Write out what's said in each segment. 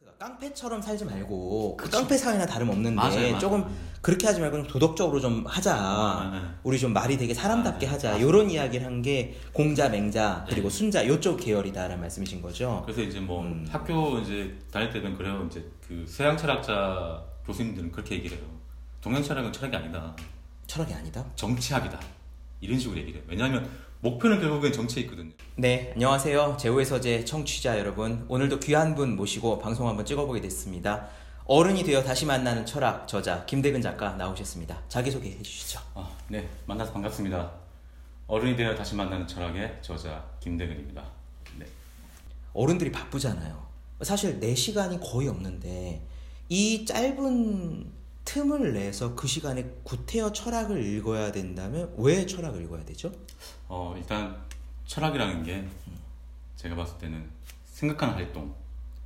그러니까 깡패처럼 살지 말고 그 깡패 사회나 다름없는데 조금 그렇게 하지 말고 좀 도덕적으로 좀 하자. 네. 우리 좀 말이 되게 사람답게 아, 네. 하자. 맞습니다. 이런 이야기를 한 게 공자, 맹자 그리고 네. 순자 요쪽 계열이다라는 말씀이신 거죠. 그래서 이제 뭐 음. 학교 이제 다닐 때는 그래요. 이제 그 서양 철학자 교수님들은 그렇게 얘기를 해요. 동양 철학은 철학이 아니다. 철학이 아니다. 정치학이다. 이런 식으로 얘기를 해요. 왜냐하면 목표는 결국엔 정치에 있거든요. 네, 안녕하세요. 제우의 서재 청취자 여러분. 오늘도 귀한 분 모시고 방송 한번 찍어보게 됐습니다. 어른이 되어 다시 만나는 철학 저자 김대근 작가 나오셨습니다. 자기소개 해주시죠. 아, 네. 만나서 반갑습니다. 어른이 되어 다시 만나는 철학의 저자 김대근입니다. 네. 어른들이 바쁘잖아요. 사실 내 시간이 거의 없는데 이 짧은 틈을 내서 그 시간에 구태여 철학을 읽어야 된다면 왜 철학을 읽어야 되죠? 어, 일단 철학이라는 게 제가 봤을 때는 생각하는 활동,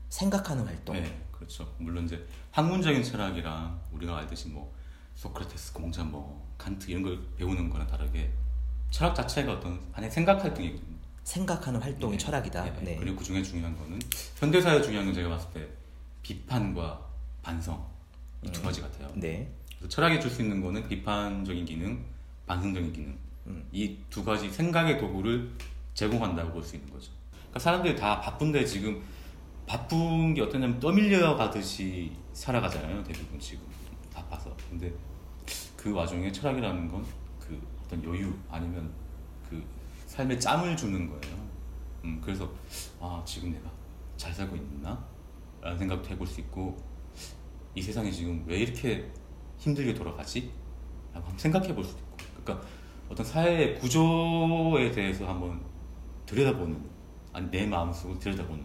생각하는 활동. 네, 그렇죠. 물론 이제 학문적인 철학이랑 우리가 알듯이 뭐 소크라테스, 공자, 뭐 칸트 이런 걸 배우는 거랑 다르게 철학 자체가 어떤 안에 생각 활동이거든요. 생각하는 활동이 네. 철학이다. 네, 네. 그리고 그중에 중요한 거는 현대사회 중요한 건 제가 봤을 때 비판과 반성 이 두 가지 같아요. 네. 그래서 철학이 줄 수 있는 거는 비판적인 기능, 반성적인 기능 이 두 가지 생각의 도구를 제공한다고 볼 수 있는 거죠. 그러니까 사람들이 다 바쁜데 지금 바쁜 게 어떠냐면 떠밀려 가듯이 살아가잖아요. 대부분 지금 바빠서. 근데 그 와중에 철학이라는 건 그 어떤 여유 아니면 그 삶에 짬을 주는 거예요. 음, 그래서 아 지금 내가 잘 살고 있나? 라는 생각도 해볼 수 있고 이 세상이 지금 왜 이렇게 힘들게 돌아가지? 라고 한번 생각해 볼 수도 있고 그러니까 어떤 사회의 구조에 대해서 한번 들여다보는 아니 내 마음속으로 들여다보는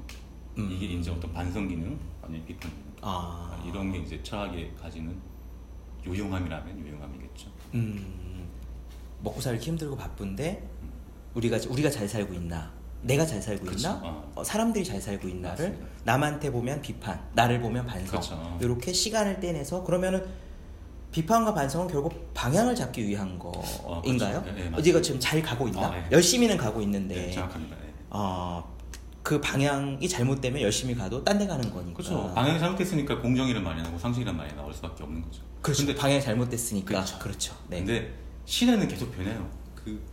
음. 이게 이제 어떤 반성 기능 아니면 비판 기능 아, 이런 게 이제 철학이 가지는 요용함이라면 요용함이겠죠 음, 먹고 살기 힘들고 바쁜데 우리가 우리가 잘 살고 있나? 내가 잘 살고 그쵸. 있나? 어. 어, 사람들이 잘 살고 있나를 맞습니다. 그렇죠. 남한테 보면 비판, 나를 보면 반성. 그쵸. 이렇게 시간을 떼내서 그러면은 비판과 반성은 결국 방향을 잡기 위한 어, 거인가요? 그쵸. 예, 예, 어디가 지금 잘 가고 있나? 아, 예. 열심히는 가고 네, 있는데 정확합니다 네. 어, 그 방향이 잘못되면 열심히 가도 딴 데 가는 아. 거니까. 그렇죠 방향이 잘못됐으니까 공정이란 말이 나오고 상식이란 말이 나올 수밖에 없는 거죠 그렇죠. 근데, 방향이 잘못됐으니까. 그렇죠. 그렇죠. 네. 근데 시대는 계속 변해요 그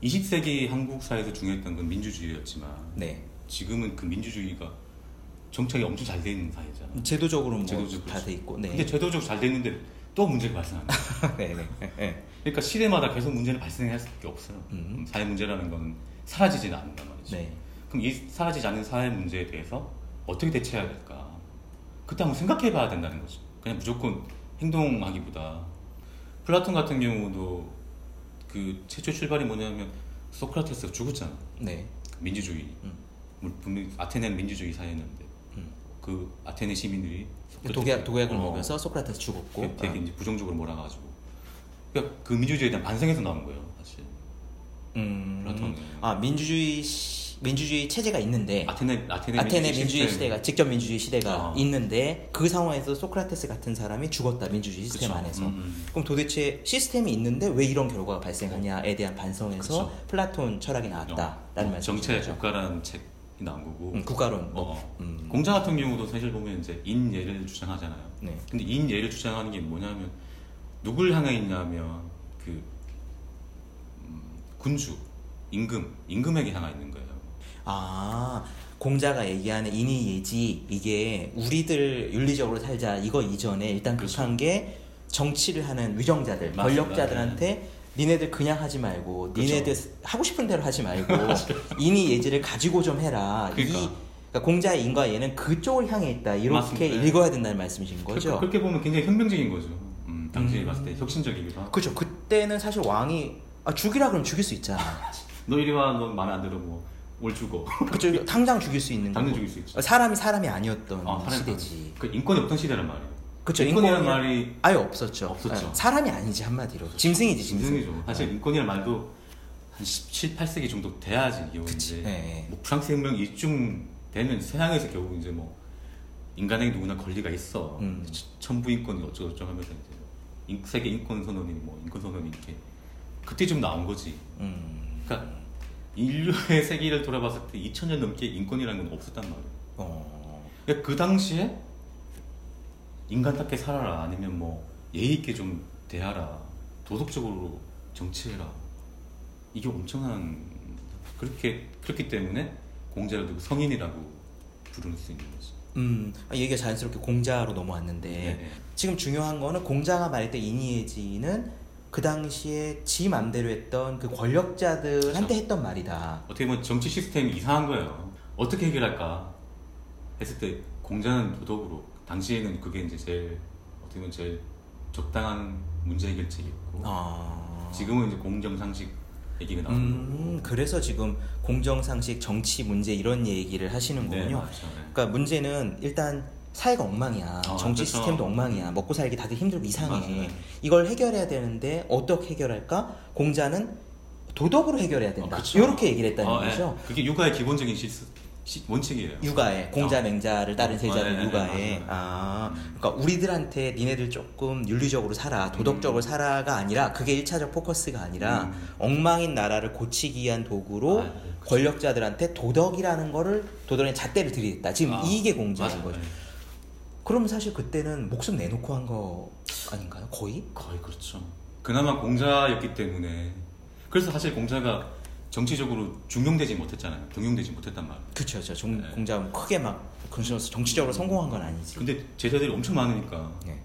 20세기 한국 사회에서 중요했던 건 민주주의였지만 네. 지금은 그 민주주의가 정착이 엄청 잘 돼 있는 사회잖아. 제도적으로 뭐 제도적으로 그렇죠. 다 돼 있고. 네. 근데 제도적으로 잘 돼 있는데 또 문제가 발생한다. 네네. 네. 그러니까 시대마다 계속 문제는 발생할 수밖에 없어요. 음. 음, 사회 문제라는 건 사라지지는 않는단 말이죠. 네. 그럼 이 사라지지 않는 사회 문제에 대해서 어떻게 대처해야 될까? 그때 한번 생각해봐야 된다는 거죠. 그냥 무조건 행동하기보다 플라톤 같은 경우도 그 최초 출발이 뭐냐면 소크라테스가 죽었잖아. 네. 민주주의. 음. 물론 분명히 아테네는 민주주의 사회였는데 음. 그 그 아테네 시민들이 독약 독약을 어, 그 먹여서 소크라테스 죽었고. 되게 어. 이제 부정적으로 몰아가지고 그러니까 그 민주주의에 대한 반성에서 나온 거예요, 사실. 플라톤은. 음. 아 민주주의 시- 민주주의 체제가 있는데 아테네 아테네, 아테네 민주주의 시대가 직접 민주주의 시대가 어. 있는데 그 상황에서 소크라테스 같은 사람이 죽었다 민주주의 시스템 그쵸. 안에서. 음, 음. 그럼 도대체 시스템이 있는데 왜 이런 결과가 발생하냐에 대한 반성에서 플라톤 철학이 나왔다라는 어, 말씀. 정체 국가라는 책이 나온 거고 국가론. 뭐. 어, 음. 공자 같은 경우도 사실 보면 이제 인예를 주장하잖아요. 네. 근데 인예를 주장하는 게 뭐냐면 누굴 향해 있냐면 그 음, 군주, 임금, 임금에게 향해 있는 거예요. 아 공자가 얘기하는 인이 예지 이게 우리들 윤리적으로 살자 이거 이전에 일단 그렇죠. 급한 게 정치를 하는 위정자들 맞습니다. 권력자들한테 니네들 그냥 하지 말고 그렇죠. 니네들 하고 싶은 대로 하지 말고 인이 예지를 가지고 좀 해라 이 그러니까. 그러니까 공자의 인과 예는 그쪽을 향해 있다 이렇게 맞습니다. 네. 읽어야 된다는 말씀이신 거죠. 그렇게 보면 굉장히 혁명적인 거죠. 음, 당시에 음. 봤을 때 혁신적이기도 하고. 그렇죠. 그때는 사실 왕이 아, 죽이라 그러면 죽일 수 있잖아. 너 이리 와, 너 말 안 들어, 뭐, 올 죽어. 그렇죠. 당장 죽일 수 있는 당장 거고. 죽일 수 있죠. 사람이 사람이 아니었던 아, 사람이 시대지. 그 인권이 없던 시대란 말이에요. 그렇죠. 인권이란 인권이 네, 말이 아예 없었죠. 없었죠. 예, 사람이 아니지 한마디로. 짐승이지 짐승. 짐승이죠. 네. 네. 사실 인권이란 말도 한 17, 8세기 정도 돼야지 그치. 이용인데 예, 예. 뭐 프랑스 혁명 이쯤 되면 서양에서 결국 이제 뭐 인간에게 누구나 권리가 있어. 음. 천- 천부 인권이 어쩌고 저쩌고 하면서 이제 인- 세계 인권 선언이 뭐 인권 선언이 이렇게 그때 좀 나온 거지. 음. 그러니까 인류의 세계를 돌아봤을 때 2000년 넘게 인권이라는 건 없었단 말이에요. 어. 그러니까 그 당시에 인간답게 살아라 아니면 뭐 예의 있게 좀 대하라 도덕적으로 정치해라 이게 엄청난 그렇게 그렇기 때문에 공자를 두고 성인이라고 부를 수 있는 거죠. 음, 아, 얘기가 자연스럽게 공자로 넘어왔는데 네. 지금 중요한 거는 공자가 말할 때 이니에지는 그 당시에 지 맘대로 했던 그 그렇죠. 권력자들한테 했던 말이다. 어떻게 보면 정치 시스템이 이상한 거예요. 어떻게 해결할까 했을 때 공자는 도덕으로 당시에는 그게 이제 제일 어떻게 보면 제일 적당한 문제 해결책이었고 아. 지금은 이제 공정 상식 얘기가 나오는 음, 그래서 지금 공정상식, 정치 문제 이런 얘기를 하시는 네, 거군요. 맞죠. 네. 그러니까 문제는 일단 사회가 엉망이야. 어, 정치 그래서- 시스템도 엉망이야. 먹고 살기 다들 힘들고 이상해. 맞아요. 어, 이걸 해결해야 되는데 어떻게 해결할까? 공자는 도덕으로 해결해야 된다. 어, 그쵸. 이렇게 얘기를 했다는 어, 예. 거죠. 그게 육아의 기본적인 실수 시- 원칙이에요. 육아에 공자 맹자를 따른 어, 세자를 네, 네, 육아에 맞아요. 아 음. 그러니까 우리들한테 니네들 조금 윤리적으로 살아 도덕적으로 살아가 아니라 그게 1차적 포커스가 아니라 음. 엉망인 나라를 고치기 위한 도구로 아, 네, 그쵸. 권력자들한테 도덕이라는 거를 도덕의 잣대를 들이댔다 지금 아, 이게 공자인 맞아요. 거죠 네. 그러면 사실 그때는 목숨 내놓고 한 거 아닌가요 거의 거의 그렇죠. 그나마 공자였기 때문에 그래서 사실 공자가 정치적으로 중용되지 못했잖아요. 등용되지 못했단 말이에요. 그렇죠 저 종- 네. 음. 그 공자는 크게 막 근심해서 정치적으로 성공한 건 아니지 근데 제자들이 엄청 많으니까 네.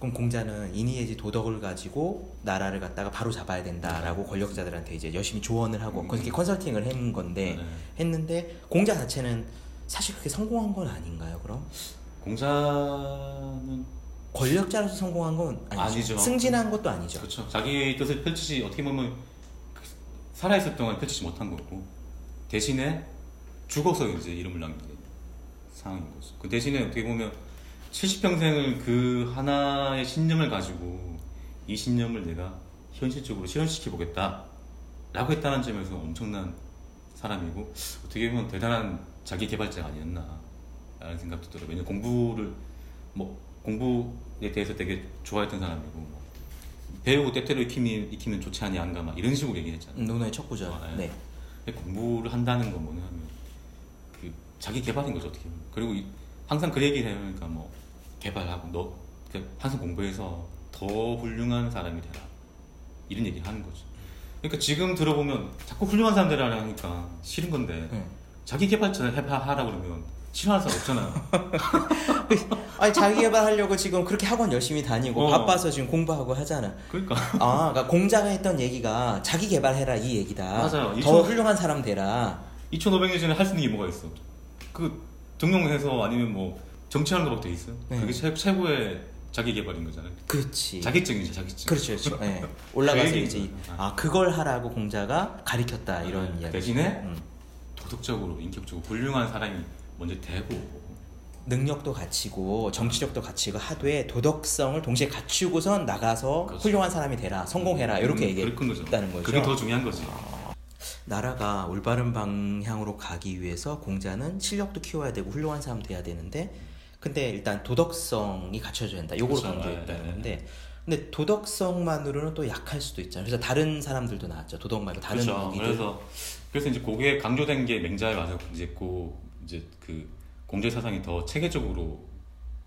그럼 공자는 인의예지 도덕을 가지고 나라를 갖다가 바로 잡아야 된다라고 권력자들한테 이제 열심히 조언을 하고 네. 음. 그렇게 컨설팅을 한 건데 네. 했는데 공자 자체는 사실 그렇게 성공한 건 아닌가요? 그럼 공자는 권력자로서 성공한 건 아니죠. 아니죠. 승진한 것도 아니죠. 그렇죠. 자기의 뜻을 펼치지 어떻게 보면 그 살아 있을 동안 펼치지 못한 거고 대신에 죽어서 이제 이름을 남긴 상황인 거죠. 그 대신에 어떻게 보면 70평생을 그 하나의 신념을 가지고 이 신념을 내가 현실적으로 실현시켜 보겠다 라고 했다는 점에서 엄청난 사람이고 어떻게 보면 대단한 자기 개발자가 아니었나 라는 생각도 들어요. 왜냐면 공부를 뭐 공부에 대해서 되게 좋아했던 사람이고 뭐 배우고 때때로 익히면, 익히면 좋지 아니 안가 막 이런 식으로 얘기했잖아요. 음, 논어의 척구죠. 아, 네. 네. 근데 공부를 한다는 건 뭐냐 하면 그 자기 개발인 거죠 어떻게 보면 그리고 이- 항상 그 얘기를 해요 그러니까 뭐 개발하고 너 그러니까 항상 공부해서 더 훌륭한 사람이 되라 이런 얘기를 하는 거죠 그러니까 지금 들어보면 자꾸 훌륭한 사람 되라 하니까 싫은 건데 네. 자기 개발자 해봐 하라 그러면 싫어하는 사람 없잖아요 아니 자기 개발하려고 지금 그렇게 학원 열심히 다니고 어. 바빠서 지금 공부하고 하잖아. 그러니까 아, 그러니까 공자가 했던 얘기가 자기 개발해라 이 얘기다. 맞아요. 더 이천- 훌륭한 사람 되라. 2500년 전에 할 수 있는 게 뭐가 있어 그 등용해서 아니면 뭐 정치하는 거밖에 돼 있어요 네. 그게 최, 최고의 자기 개발인 거잖아요 그렇지. 자기증이죠 자기증 그렇죠, 그렇죠. 예. 올라가서 그 얘기인 이제 이- 거예요. 아 그걸 하라고 공자가 가리켰다 이런 그 이야기. 대신에 음. 도덕적으로 인격적으로 훌륭한 사람이 먼저 되고 능력도 갖추고 정치력도 갖추고 하되 도덕성을 동시에 갖추고선 나가서 그렇죠. 훌륭한 사람이 되라, 성공해라 이렇게 음, 그런 거죠. 얘기했다는 거죠. 아, 그게 더 중요한 거지. 나라가 올바른 방향으로 가기 위해서 공자는 실력도 키워야 되고 훌륭한 사람 돼야 되는데 근데 일단 도덕성이 갖춰져야 된다. 요거를 그렇죠. 강조했다는 네. 건데 근데 도덕성만으로는 또 약할 수도 있잖아요. 그래서 다른 사람들도 나왔죠. 도덕 말고 다른 그렇죠. 무기들. 그래서 그래서 이제 그게 강조된 게 맹자에 와서 이제 고 이제 그 공제 사상이 더 체계적으로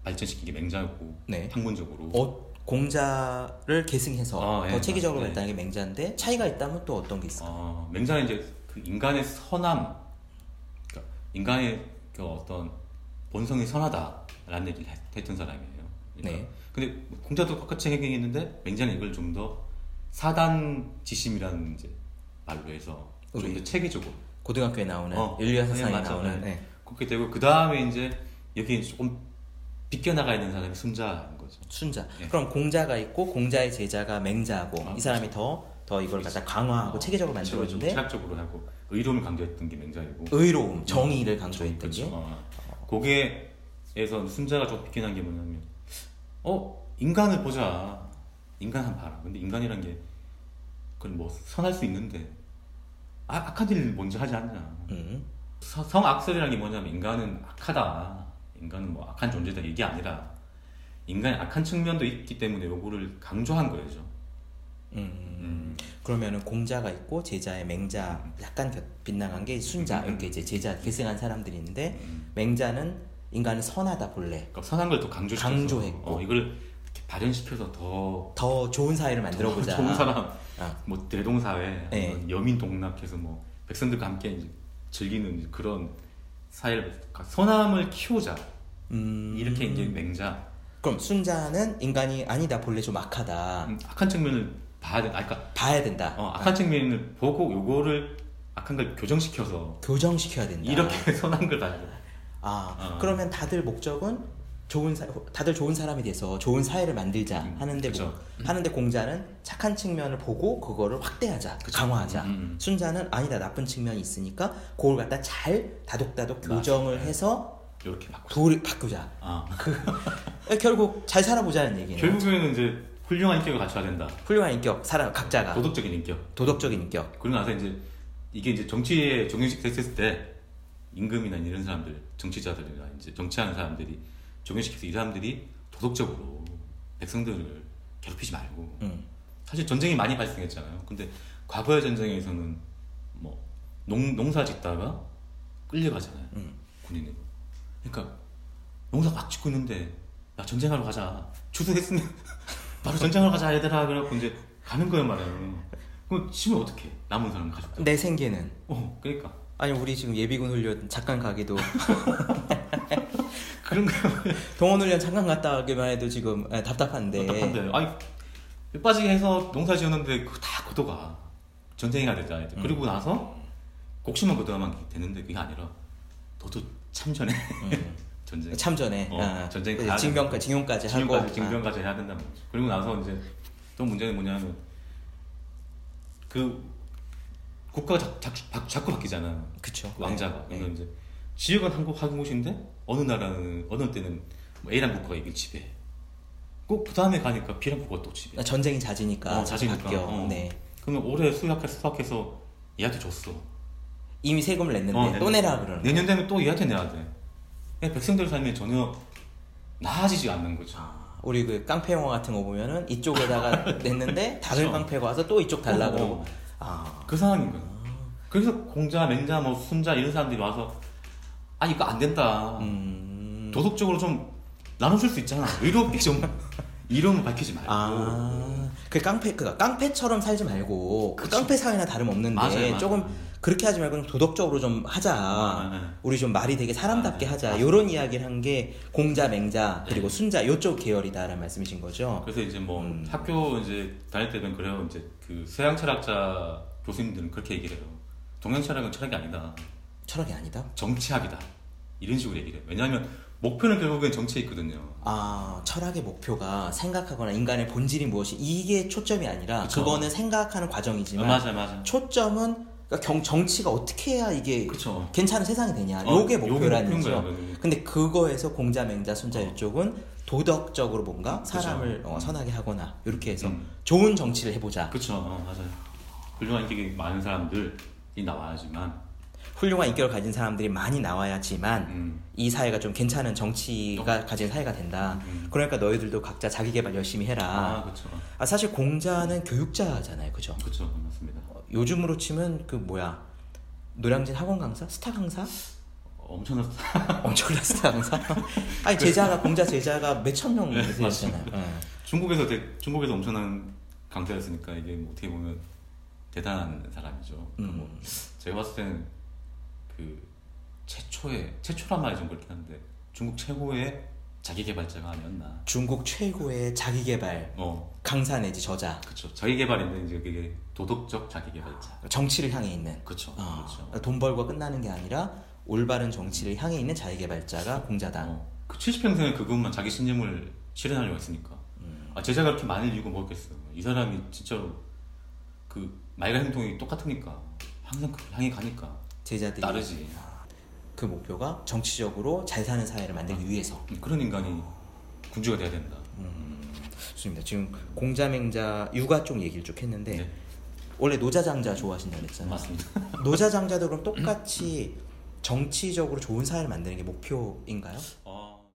발전시킨 게 맹자였고 네. 학문적으로 어, 공자를 계승해서 아, 예, 더 체계적으로 맞- 발달한 게 맹자인데 차이가 있다면 또 어떤 게 있을까? 어, 맹자는 이제 그 인간의 선함, 그러니까 인간의 그 어떤 본성이 선하다라는 얘기를 했, 했던 사람이에요. 그러니까 네. 근데 공자도 똑같이 얘기했는데 맹자는 이걸 좀 더 사단 지심이라는 이제 말로 해서 좀 우리 더 체계적으로 고등학교에 나오는 어, 인류와 네, 세상에 맞아. 나오는 네. 네. 그렇게 되고 그 다음에 이제 여기 조금 비껴나가 있는 사람이 순자인 거죠. 순자. 네. 그럼 공자가 있고 공자의 제자가 맹자고 아, 이 사람이 더 더 이걸 갖다 강화하고 아, 그 체계적으로 좀 만들었는데 철학적으로 하고 의로움을 강조했던 게 맹자이고 의로움, 음. 정의를 강조했던 그렇죠. 게 어. 거기에서 순자가 좀 비껴난 게 뭐냐면 어 인간을 보자 인간 한 번 봐라 근데 인간이란 게 그건 뭐 선할 수 있는데 아, 악한 일을 먼저 하지 않냐 음, 서- 성악설이라는 게 뭐냐면 인간은 악하다 인간은 뭐 악한 존재다 이게 아니라 인간의 악한 측면도 있기 때문에 요거를 강조한 거죠 음. 음. 그러면은 공자가 있고 제자의 맹자 약간 곁- 빗나간 게 순자 음. 이렇게 이제 제자 계승한 사람들이 있는데 음. 맹자는 인간은 선하다 본래 그러니까 선한 걸 더 강조시켜서 강조했고. 어, 이걸 이렇게 발현시켜서 더 더 좋은 사회를 만들어 보자. 좋은 사람 아. 뭐 대동사회 네. 뭐 여민 동락해서 뭐 백성들과 함께 이제 즐기는 이제 그런 사회를 그러니까 선함을 키우자 음, 이렇게 이제 맹자 그럼 순자는 인간이 아니다 본래 좀 악하다. 음, 악한 측면을 봐야 된다. 아, 그러니까 봐야 된다. 어, 악한 측면을 보고 요거를 악한 걸 교정시켜서 교정시켜야 된다. 이렇게 선한 걸 봐야 돼. 아 어. 그러면 다들 목적은 좋은 사 다들 좋은 사람이 돼서 좋은 사회를 만들자 음, 하는데 뭐- 그쵸. 하는데 공자는 착한 측면을 보고 그거를 확대하자 강화하자 음, 음. 순자는 아니다 나쁜 측면이 있으니까 그걸 갖다 잘 다독다독 맞아. 네. 교정을 해서 이렇게 바꾸자. 도를 바꾸자 아. 결국 잘 살아보자는 얘기네요 결국에는 이제 훌륭한 인격을 갖춰야 된다. 훌륭한 인격 사람 각자가 도덕적인 인격. 도덕. 적인 인격 그리고 나서 이제 이게 이제 정치에 종영식 됐을 때 임금이나 이런 사람들, 정치자들이나 이제 정치하는 사람들이 종영시켜서 이 사람들이 도덕적으로 백성들을 괴롭히지 말고 음. 사실 전쟁이 많이 발생했잖아요. 근데 과거의 전쟁에서는 뭐 농, 농사 짓다가 끌려가잖아요. 음. 군인으로. 그러니까 농사 막 짓고 있는데 야 전쟁하러 가자. 추수했으면 바로 전쟁하러 가자 얘들아 그래갖고 이제 가는 거야 말이에요. 그럼 지금 어떻게 남은 사람 가족들? 내 생계는 어, 그러니까 아니 우리 지금 예비군 훈련 잠깐 가기도 그런 거 동원 훈련 잠깐 갔다 오기만 해도 지금 에, 답답한데 답답한데 아니 뼈빠지게 해서 농사 지었는데 그거 다 걷어가 전쟁이 가야 되잖아 음. 이제. 그리고 나서 곡식만 걷어가면 되는데 그게 아니라 너도 참전해 음. 전쟁 참전에 어, 아, 전쟁 그래서 다 징병까 징용까지 하고 아. 징병까지 징병까지 해야 된다는 거죠. 그리고 나서 이제 또 문제는 뭐냐면 그 국가가 자, 자, 자, 꾸 바뀌잖아. 아, 그쵸 그 왕자가. 네. 그래서 이제 지역은 한국 한 곳인데 어느 나라는 어느 때는 뭐 A란 국가가 이길 지배. 꼭그 다음에 가니까 B란 국가 가또 지배. 아, 전쟁이 잦으니까 어, 잦으니까. 바뀌어 어. 네. 그러면 올해 수약해서 수학해서 얘한테 줬어. 이미 세금을 냈는데 어, 또 내년- 내라 그러는 거야. 내년 되면 또 얘한테 내야 돼. 그냥 백성들 삶이 전혀 나아지지 않는 거죠. 아, 우리 그 깡패 영화 같은 거 보면은 이쪽에다가 냈는데 다른 그쵸. 깡패가 와서 또 이쪽 달라 어, 어. 그러고 아 그 상황인 거야. 그래서 공자, 맹자, 뭐 순자 이런 사람들이 와서 아 이거 안 된다. 음. 도덕적으로 좀 나눠줄 수 있잖아. 의롭게 좀 이름 밝히지 말고. 아, 그 깡패 그 깡패처럼 살지 말고 그 그쵸. 깡패 사회나 다름 없는데 맞아요, 맞아요. 조금 그렇게 하지 말고 좀 도덕적으로 좀 하자. 아, 네. 우리 좀 말이 되게 사람답게 아, 네. 하자. 이런 이야기를 한 게 공자, 맹자 그리고 순자 요쪽 계열이다라는 말씀이신 거죠. 그래서 이제 뭐 음. 학교 이제 다닐 때는 그래요. 이제 그 서양 철학자 교수님들은 그렇게 얘기를 해요. 동양 철학은 철학이 아니다. 철학이 아니다. 정치학이다. 이런 식으로 얘기를 해요. 왜냐하면 목표는 결국엔 정치에 있거든요. 아, 철학의 목표가 생각하거나 인간의 본질이 무엇이 이게 초점이 아니라 그 그쵸. 거는 생각하는 과정이지만 맞아 맞아. 초점은 그러니까 경, 정치가 어떻게 해야 이게 그쵸. 괜찮은 세상이 되냐 어, 요게 예. 음. 어. 목표라는 목표인 거죠. 거야, 그거는. 근데 그거에서 공자, 맹자, 순자 이쪽은 도덕적으로 뭔가 그죠. 사람을 어, 선하게 하거나 이렇게 해서 음. 좋은 정치를 해보자. 그쵸, 어, 맞아요. 훌륭한 인격이 많은 사람들이 나와야지만, 훌륭한 인격을 가진 사람들이 많이 나와야지만 음, 이 사회가 좀 괜찮은 정치가 가진 사회가 된다. 어. 음. 그러니까 너희들도 각자 자기 개발 열심히 아, 해라. 그쵸, 아, 사실 공자는 교육자잖아요, 그죠? 그쵸, 맞습니다. 어, 요즘으로 치면 그 뭐야 노량진 학원 강사, 스타 강사, 엄청난 엄청난 스타 강사. 아니 제자가 공자 제자가 몇천 명 네, 되셨잖아요. 예. 중국에서 되- 중국에서 엄청난 강자였으니까 이게 뭐 어떻게 보면 대단한 사람이죠. 그러니까 뭐 음. 제가 봤을 때는 그 최초의 최초란 말이 좀 그렇긴 한데 중국 최고의 자기 개발자가 아니었나. 중국 최고의 자기 개발 어, 강사 내지 저자, 그쵸. 자기 개발인데 이제 그게 도덕적 자기 개발자. 정치를 향해 있는. 그쵸, 아, 그쵸. 돈 벌고 끝나는 게 아니라 올바른 정치를 향해 있는 자기 개발자가 공자다. 어, 그 70평생에 그것만 자기 신념을 실현하려고 했으니까 아, 제자가 그렇게 많은 이유가 뭐였겠어 이 사람이 진짜로 그 말과 행동이 똑같으니까 항상 그 향해 가니까 제자들이 따르지 그 목표가 정치적으로 잘 사는 사회를 아. 만들기 위해서. 그런 인간이 군주가 돼야 된다 좋습니다. 지금 공자맹자 육아 쪽 얘기를 쭉 했는데 네. 원래 노자장자 좋아하신다고 했잖아요. 맞습니다 노자장자도 그럼 똑같이 정치적으로 좋은 사회를 만드는 게 목표인가요? 어.